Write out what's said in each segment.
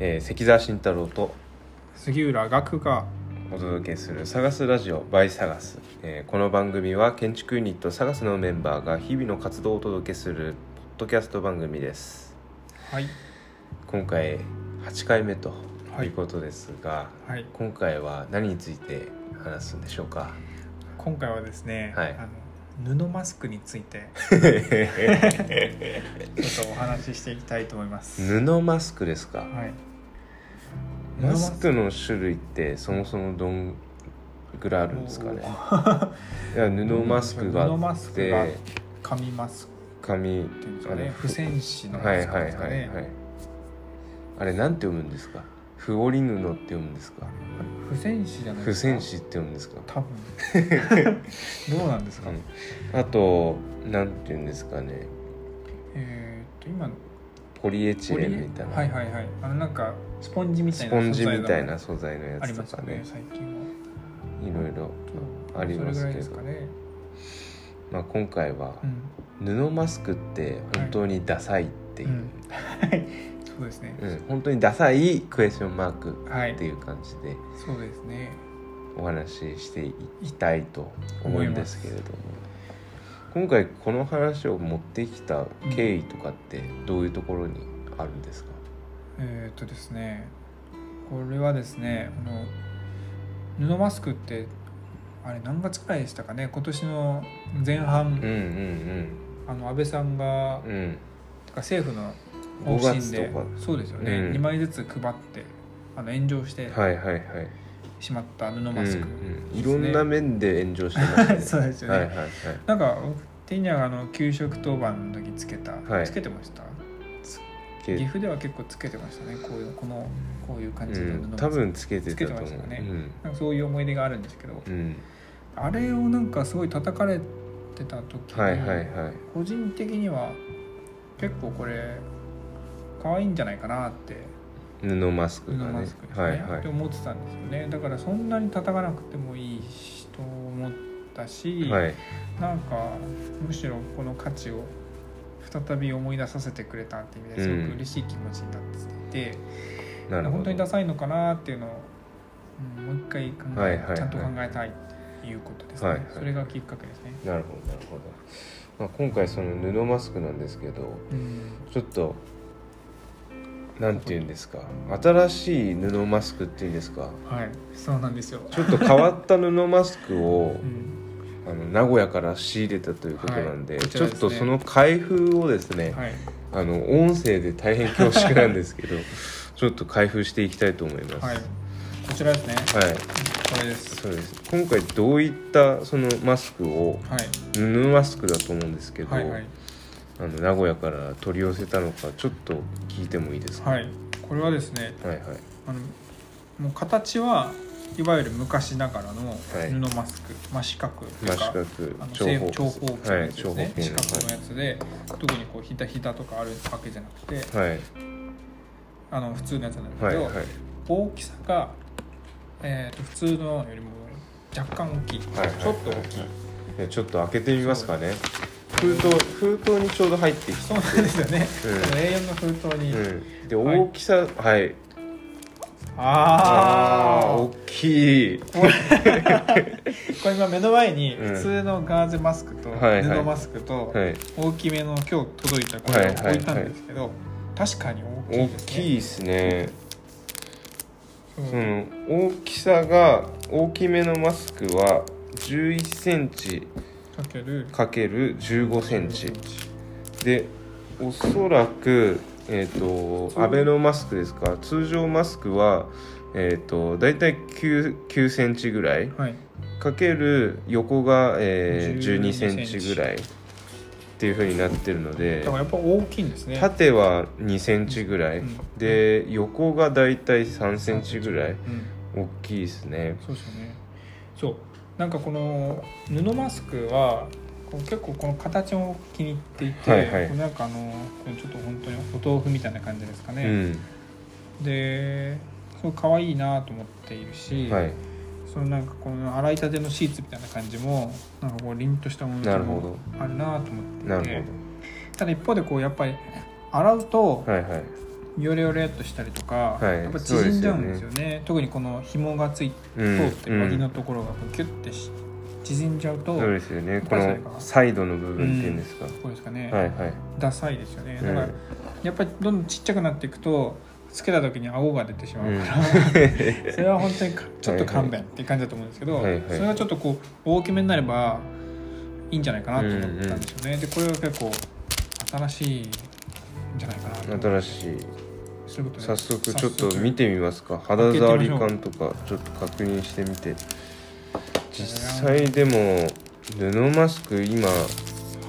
えー関澤慎太郎と杉浦岳がお届けする「サガスラジオ by サガス」えーこの番組は建築ユニットサガスのメンバーが日々の活動をお届けするポッドキャスト番組ですはい今回8回目とはいいうことですが、はい今回は何について話すんでしょうか今回はですね、はいあの布マスクについ てちょっとお話ししていきたいと思います。布マスクですかはい。布マスクの種類ってそもそもどんぐらいあるんですかねいや布マスクが布あマっスクがて紙マスク紙っていうんですあかねれ不戦士のはマいスクはいですかはね、いはいあれなんて読むんですか不織布って読むんですか不戦士じゃない不ですか戦士って読むんですか、多 分どうなんですか、うん、あとなんて言うんですかねえーっと今ポリエチレンみたいな、はいはいはいあのなんかスポンジみたスいなポンジみたい素材な素材のがやありまつすとよかねね最近はいろいろとありますけどそれぐらいですかね、まあ、今回はうん、布マスクって本当にダサいっていう、うんはいそうですね、うん、本当にダサいクエスチョンマークはいっていう感じでそうですねお話ししていきたいと思うんですけれども今回この話を持ってきた経緯とかってどういうところにあるんですか、えーっとですねこれはですねあの布マスクってあれ何月くらいでしたかね今年の前半、うん、うんあの安倍さんが、うんうんてか政府の方針5で月とかそうですよね、うん2枚ずつ配ってあの炎上してはいはいはいしまった布マスク、うんうん、いろんな面で炎上してますね そうですよねはいはいはいなんか僕的にはあの給食当番の時つけた、はいつけてましたけ岐阜では結構つけてましたねこういうこのこういう感じうで布マスん、ク多分つけてたと思うつけてましたかねうんなんかそういう思い出があるんですけど、うん、あれをなんかすごい叩かれてた時に、はいはいはい個人的には結構これ可愛いんじゃないかなって布マスク布がねマスクですね、はいはいって思ってたんですよねだからそんなに叩かなくてもいいしと思ったし、はいなんかむしろこの価値を再び思い出させてくれたっていう意味ですごく嬉しい気持ちになっていて、なるほ本当どにダサいのかなっていうのを、うん、もう一回考え、はいはいはいちゃんと考えたいっていうことですね、はいはいそれがきっかけですね。なるほどなるほど、まあ、今回その布マスクなんですけどうんちょっとなんて言うんですか新しい布マスクっていうんですかはい、そうなんですよ。ちょっと変わった布マスクを うん、あの名古屋から仕入れたということなんで,、はいこちちょらっですねとその開封をですね、はい、あの音声で大変恐縮なんです けどちょっと開封していきたいと思います。はい、こちらですね。はい、これです。そうです今回どういったそのマスクをはい、布マスクだと思うんですけど、はい、はい、あの名古屋から取り寄せたのかちょっと聞いてもいいですか、はい、これはですね、はいはいあの、もう形はいわゆる昔ながらのい布マスク、まあ四角とまあい四うか。角あの長正方長方形のはやいつ長です方ね、形四角のやつで特にこうひたひたとかあるわけじゃなくてはいはいあの普通のやつなんだはけいど、はい大きさが、えー、と普通のよりも若干大きい、はいはいちょっと大きいいやちょっと開けてみますかね封筒封筒にちょうど入ってきそうなんですよね、うんこの A4 の封筒に、て、うん、ではい大きさはい、あああー大きいこれ今目の前にうん普通のガーゼマスクとはいはい布マスクとはい大きめの今日届いたこれを置いたんですけど確かに大大きいですねきいですねうんその大きさが大きめのマスクは11センチかけるかける15センチでおそらく、えー、とアベノマスクですか通常マスクは、えー、と大体 9, 9センチぐらいはいかける横が、えー、12 12センチぐらいっていうふうになってるのだでからやっぱ大きいんですね縦は2センチぐらい、うんで横が大体3センチぐらいうん大きいですねそうですよねそうなんかこの布マスクはこう結構この形も気に入っていて、はいはいこれなんかあのこれちょっと本当にお豆腐みたいな感じですかうね、んでそごい可愛いなと思っているし、はいそのなんかこの洗いたてのシーツみたいな感じもなんかこう凛としたもなのるほもどあるなと思っていてなるただ一方でこうやっぱり洗うとほどはいはいヨレヨレっとしたりとか、はいやっぱ縮んじゃうんですよね特にこの紐がついうん通ってるうん脇のところがこうキュッてし縮んじゃうと、そうですよねこ確かにのサイドの部分っていうんですか、これですかね、はいはいダサいですよねだうんか らやっぱりどんどんちっちゃくなっていくとつけた時に顎が出てしまううんから、 それは本当にかちょっと勘弁っていう感じだと思うんですけど、はいはいそれがちょっとこう大きめになればいいんじゃないかなと思ったんですよね、でこれは結構新しいんじゃないかなと思って新しいそういうことで早速ちょっ早と速見てみますか肌触り感とかちょっと確認してみて実際でも布マスク今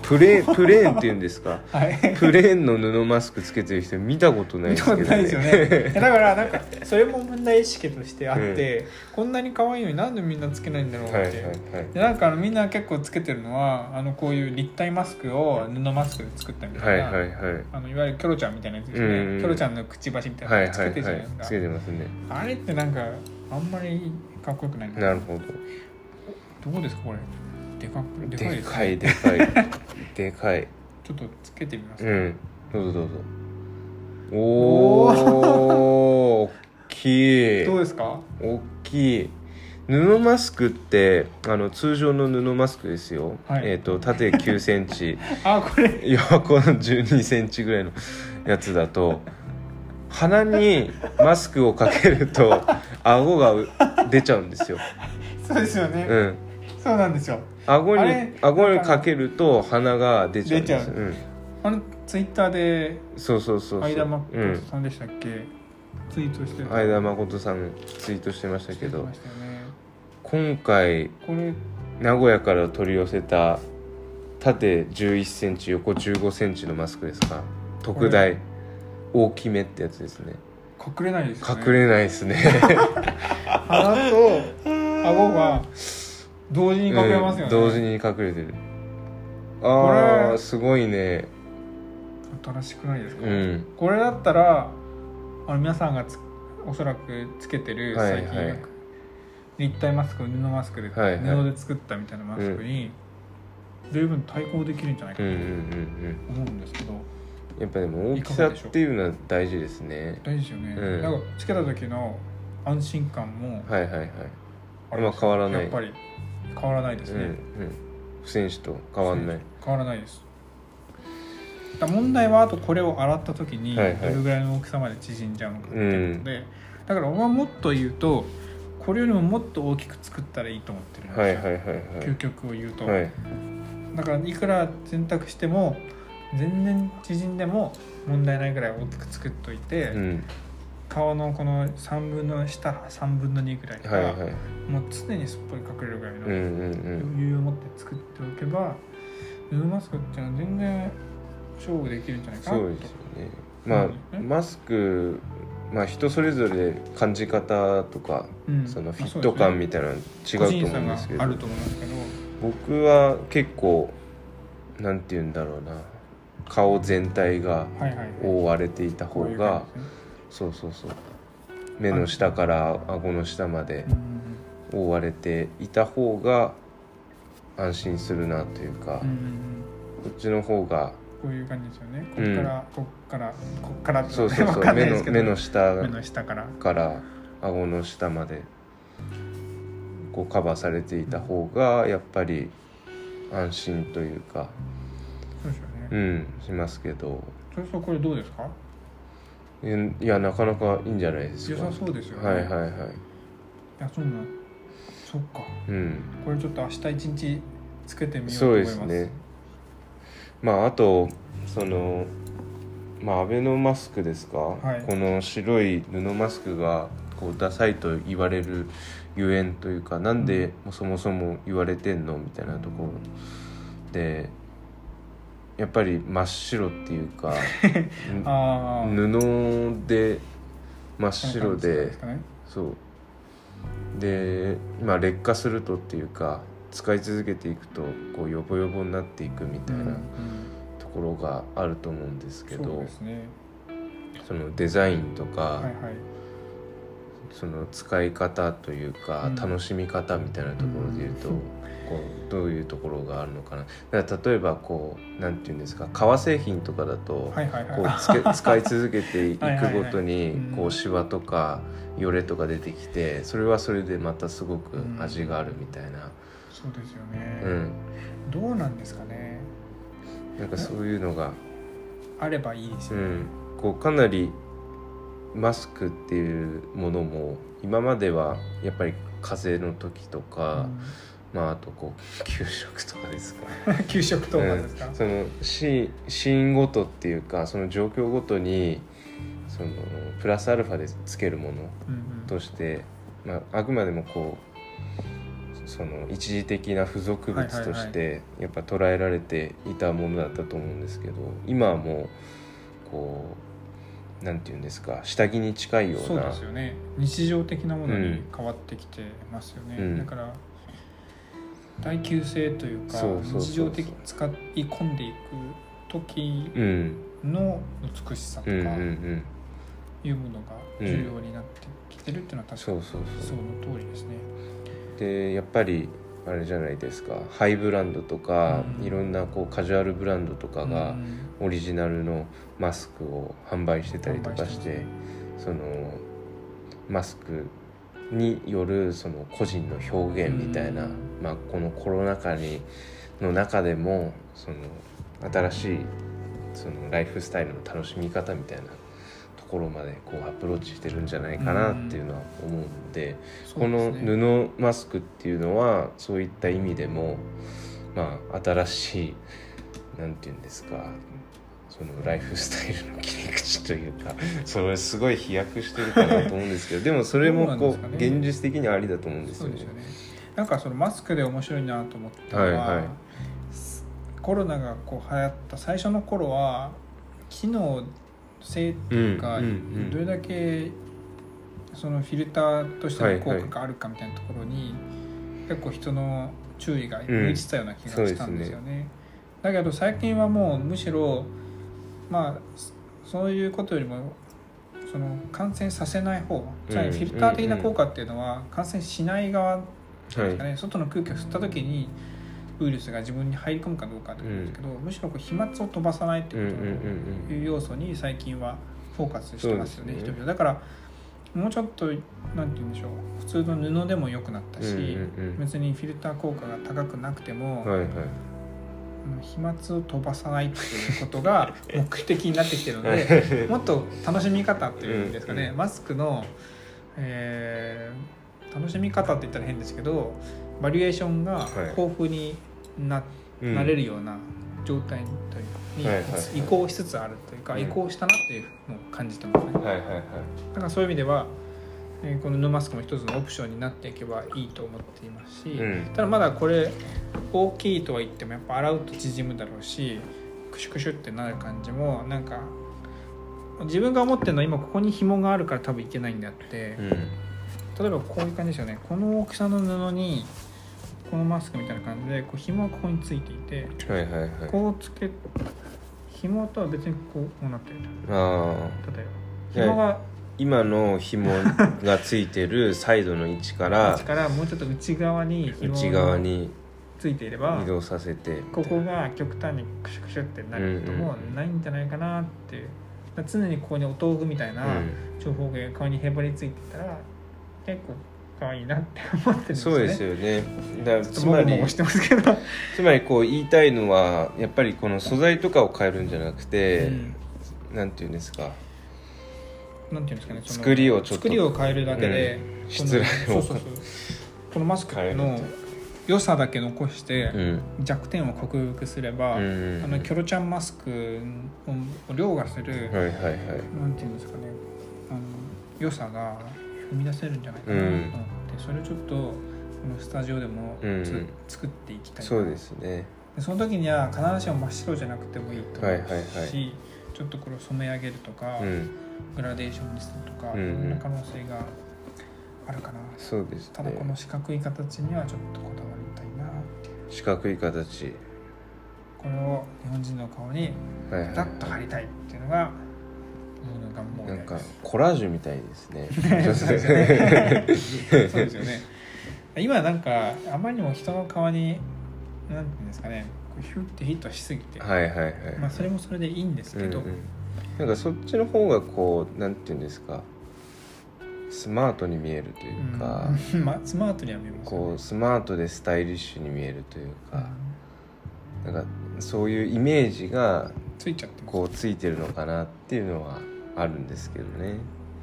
プレプレーンっていうんですかはいプレーンの布マスクつけてる人見たことない見ですたけこどとねないですよ ねだからなんかそれも問題意識としてあって、こんなに可愛いのになんでみんなつけないんだろうって、はいはいはいでなんかあのみんな結構つけてるのはあのこういう立体マスクを布マスクで作ったみたはいいな、はいはいあのいわゆるキョロちゃんみたいなやつですようんうんうねんキョロちゃんのくちばしみたいなはいはいやつつけてるじゃはないいですか、つけてますねあれってなんかあんまりかっこよくないなるほどどこですかこれでかくでかいでですかねいでかいでかいちょっとつけてみます、うんどうぞどうぞおお大きいどうですか大きい布マスクってあの通常の布マスクですよ、はいえー、と縦9センチ あこれ横の12センチぐらいのやつだと鼻にマスクをかけると顎がう出ちゃうんですよ、そうですよね、うん、そうなんですよ顎にあれ顎にかけると鼻が出ちゃうんで出すちゃう、うんあのツイッターでそうそうそうそう相田う誠ん、さんでしたっけ、ツイートして相田誠さんツイートしてましたけどましたよね今回これ名古屋から取り寄せた縦1 1センチ横1 5センチのマスクですか特大大きめってやつですね隠れないですよね隠れないですね鼻と顎が同時に隠れますうよね、ん同時に隠れてるあこあれすごいね新しくないですか、うんこれだったらあの皆さんがつおそらくつけてるはい最近、はい立体マスク布マスクで、はいはい布で作ったみたいなマスクに、十分対抗できるんじゃないかうんうんなうんと思うんですけど、うんやっぱでも大きさっていうのは大事ですね大事ですよね、うんなんかつけた時の安心感もはいはいはいあまあ変わらないやっぱり変わらないですうんね、うん不戦士と変わんない変わらないですだから問題はあとこれを洗った時にどはいはいれぐらいの大きさまで縮んじゃうのかっていうことで、だから俺はもっと言うとこれよりももっと大きく作ったらいいと思ってるんですよ、はいはいはい究極を言うと、はいはいだからいくら選択しても全然縮んでも問題ないぐらい大きく作っといて、うん顔のこの3分の下3分の2ぐらいとか、はいはいもう常にすっぽり隠れるぐらいのうんうんうん余裕を持って作っておけば布マスクっていうのは全然勝負できるんじゃないかなそうですよねまあ、うんマスク、まあ、人それぞれ感じ方とか、うんそのフィット感みたいなの違うと思うんですけ個人差があど、ると思うんですけど僕は結構なんて言うんだろうな顔全体がはいはいはい覆われていた方こういうが感じですねそうそうそう目の下から顎の下までうん覆われていた方が安心するなというか、うんうんうんこっちの方がこういう感じですよねこうっんから、こっからこっからってそうそう わそうかんな目いですのけど目の下目の下からから顎の下までこうカバーされていた方がやっぱり安心というかそうですよね、うんしますけどそうそうこれどうですかえいやなかなかいいんじゃないです良かさそうですよねはいはいいはいやそうなんそっかうんこれちょっと明日一日つけてみようとそう思いでますすねまああとそのまあアベノマスクですか、はいこの白い布マスクがこうダサいと言われるゆえんというかなんでそもそも言われてんのみたいなところでやっぱり真っ白っていうかああ布で真っ白でですかねそうでまあ劣化するとっていうか使い続けていくとこうヨボヨボになっていくみたいうんうなんところがあると思うんですけそうどですねそのデザインとか、はいはいその使い方というか、うん楽しみ方みたいなところで言うと、うんこうどういうところがあるのかなだから例えばこうなんていうんですか革製品とかだと、はいはいこうはつ け使い続けていくごとはいはいはいにうんこうシワとかよれとか出てきてそれはそれでまたすごく味があるみたいな、いそうですようね、ん、どうなんですかねなんかそういうのが、あればいいですうよね、ん、こうかなりマスクっていうものも今まではやっぱり風邪の時とか、まああとこう給食とかですかね うん 給食当番ですか、そのシーンシーンごとっていうかその状況ごとにそのプラスアルファでつけるものうんうんとして、まあ、あくまでもこうその一時的な付属物とはいしはてやっぱ捉えられていたものだったと思うんですけど今はもうこうなんていうんですか下着に近いようそうなですよね日常的なものうにん変わってきてますよね、うんだから耐久性というかそうそうそうそう日常的に使い込んでいく時うんの美しさとうんうんうかんいうものが重要になってきてるっていうのは確かそにうそうそそうの通りですねでやっぱりあれじゃないですかハイブランドとか、うんいろんなこうカジュアルブランドとかがうんオリジナルのマスクを販売してたりとかして販売してそのマスクによるその個人の表現みたいな、うんまあ、このコロナ禍にの中でもその新しいそのライフスタイルの楽しみ方みたいなところまでこうアプローチしてるんじゃないかなっていうのは思うんで。そうこでのすね布マスクっていうのはそういった意味でも、まあ、新しいなんていうんですかそのライフスタイルの切り口というかそれすごい飛躍してるかなと思うんですけどでもそれもこそううなんですかね現実的にはありだと思うんですそようでねすよ。ねなんかそのマスクで面白いなと思ったのは、はいはいコロナがこう流行った最初の頃は機能性っていうか、うんうんどれだけそのフィルターとしての効はい果はいがあるかみたいなところに、結構人の注意がん向いてたような気がしたんですよね。だけど最近はもうむしろまあそそういうことよりもその感染させない方つまりうんフィルター的な効果っていうのは感染しない側はいですかね、外の空気を吸った時にウイルスが自分に入り込むかどうかってことですけど、むしろこう飛沫を飛ばさないってうんういんうことという要素に最近はフォーカスしてますよねそうです人ね々だからもうちょっとなんて言うんでしょう普通の布でも良くなったし、うんうんうん別にフィルター効果が高くなくても、うんはいはいうん飛沫を飛ばさないっていうこと が目的になってきてるのでもっと楽しみ方っていうんですかね、うんうマスクの、えー楽しみ方って言ったら変ですけどバリエーションがはい豊富にな,、うんなれるような状態というはいはかいはいに移行しつつあるというか、うん移行したなっていうのを感じてますね。はいはいはいだからそういう意味では、えーこの布マスクも一つのオプションになっていけばいいと思っていますし、うんただまだこれ大きいとは言ってもやっぱ洗うと縮むだろうしクシュクシュってなる感じもなんか自分が思ってるのは今ここに紐があるから多分いけないんであってう、ん例えばこういう感じですよねこの大きさの布にこのマスクみたいな感じでこう紐がここについていてはいはいはいこうつけ紐とは別にこうこうなってるあー例えばはい紐が今の紐がついてるサイドの位置から内からもうちょっと内側に紐内側がについていれば移動させてみたいなここが極端にクシュクシュってなることもないんじゃないかなっていうだから常にここにお豆腐みたいなうん長方形が顔にへばりついてたら結構可愛いなって思ってるんですそようねですよね。だからちょっつともまごりもごしてますけど、つまりこう言いたいのはやっぱりこの素材とかを変えるんじゃなくて、うんなんていうんですかなんていうんですかねその作りをちょっと作りを変えるだけで、んこの失礼をそうそうそうこのマスク変えのる良さだけ残してうん弱点を克服すれば、うんあのキョロちゃんマスクを凌駕する、はいはいはいなんていうんですかねあの良さが生み出せるんじゃないかなと思って、それをちょっとこのスタジオでもつ、うん作っていきたいなそうですねでその時には必ずしも真っ白じゃなくてもいいと思うし、はいはいはいちょっとこれを染め上げるとか、うんグラデーションにするとか、うんうんいろんな可能性があるかなそうですただこねの四角い形にはちょっとこだわりたいなっていう四角い形これを日本人の顔にはいガタッとは貼りたいっていうのが僕の願望いでなすんか コラージュみたいですねそうですよね。そうですよね。 今なんかあまりにも人の顔になんていうんですかねこうヒュッてヒットしすぎて、はいはいはい、まあ、それもそれでいいんですけど、うんうん、なんかそっちの方がこうなんていうんですかスマートに見えるというか、うん まあ、スマートには見えますよこねうスマートでスタイリッシュに見えるといううか、んなんかそういうイメージがついちゃってますこうついてるのかなっていうのはあるんですけどね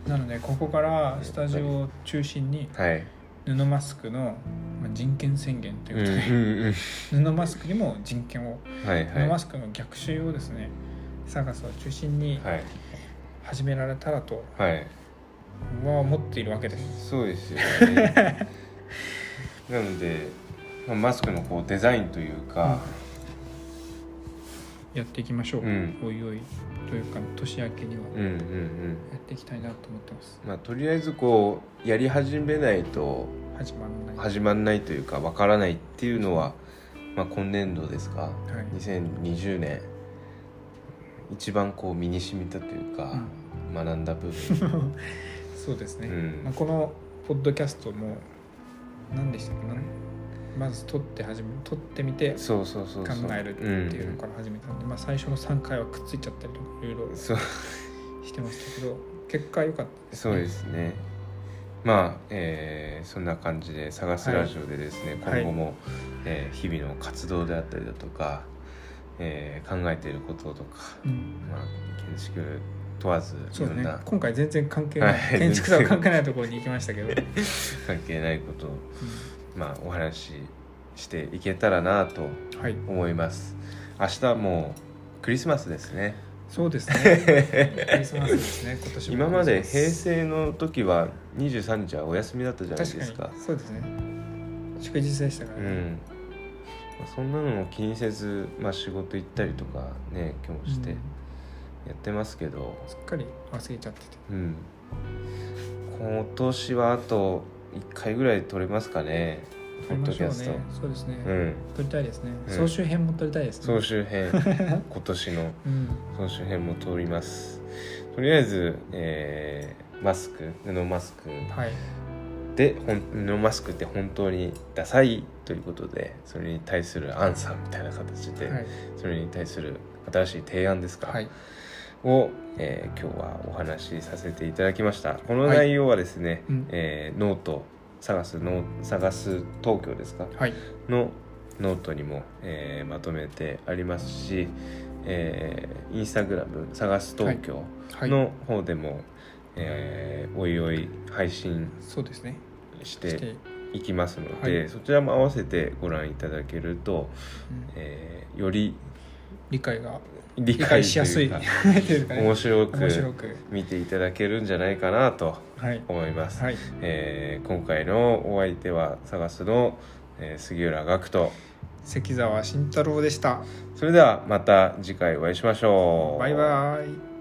なのでここからスタジオを中心にはい、布マスクのまあ人権宣言といううんことで、うん布マスクにも人権をうん、はいは布いマスクの逆襲をですね探すを中心にはい始められたらとはいは思っているわけです。そうですよね なのでまあマスクのこうデザインというか、やっていきましょう、うんおいおいというか年明けにはうん、うんうんやっていきたいなと思ってますまあとりあえずこうやり始めないと始まらない、始まんないというかわからないっていうのは、まあ、今年度ですかはい2020年一番こう身に染みたというか、学んだ部 分 そうですね、うんまあ、このポッドキャストも何でしたっけなんまず撮って始め撮ってみてそうそうそう考そうえるっていうのんから始めたんで、まあ、最初の3回はくっついちゃったりとかいろいろそうしてましたけど結果良かっそうですねまあ、えーそんな感じで「探すラジオ」でですね、はい今後も、えー日々の活動であったりだとか、えー考えていることとかた、、うんまあ、建築問わずいそうろだんねな今回全然関係ない、はい建築とは関係ないところに行きましたけ ど、うん関係ないことをまあ、お話ししていけたらなとはい思います明日もうクリスマスですねそ うですねクリスマスですね今年も今まで平成の時は23日はお休みだったじゃないです確かかにそうですね祝日でしたからうね、んまあそんなのも気にせず、まあ、仕事行ったりとかね今日もしてうやんってますけど、すっかり忘れちゃっててうん今年はあと1回ぐらい撮れますかねポ撮ッりまドしキょうャねスト、そうですね、うん撮りたいですね、うん総集編も撮りたいですね総集 編今年のうん総集編も通りますとりあえず、えーマスク布マスクはいでほん布マスクって本当にダサいということでそれに対するアンサーみたいな形で、はいそれに対する新しい提案ですか、はいを、えー今日はお話しさせていただきましたこのはい内容はですね、うんえーノート探すノ探す東京ですかはいのノートにも、えーまとめてありますし、えーインスタグラム探す東京、はいの方でも、えーおいおい配信そうですねししていきますので、はいそちらも合わせてご覧いただけると、うんえーより理解が理理解解しやすといいとうかいうか ね面白面く白く見ていただけるんじゃないかなとはい思います、はいえー今回のお相手は探すの、えー杉浦岳人関澤慎太郎でしたそれではまた次回お会いしましょうバイバイ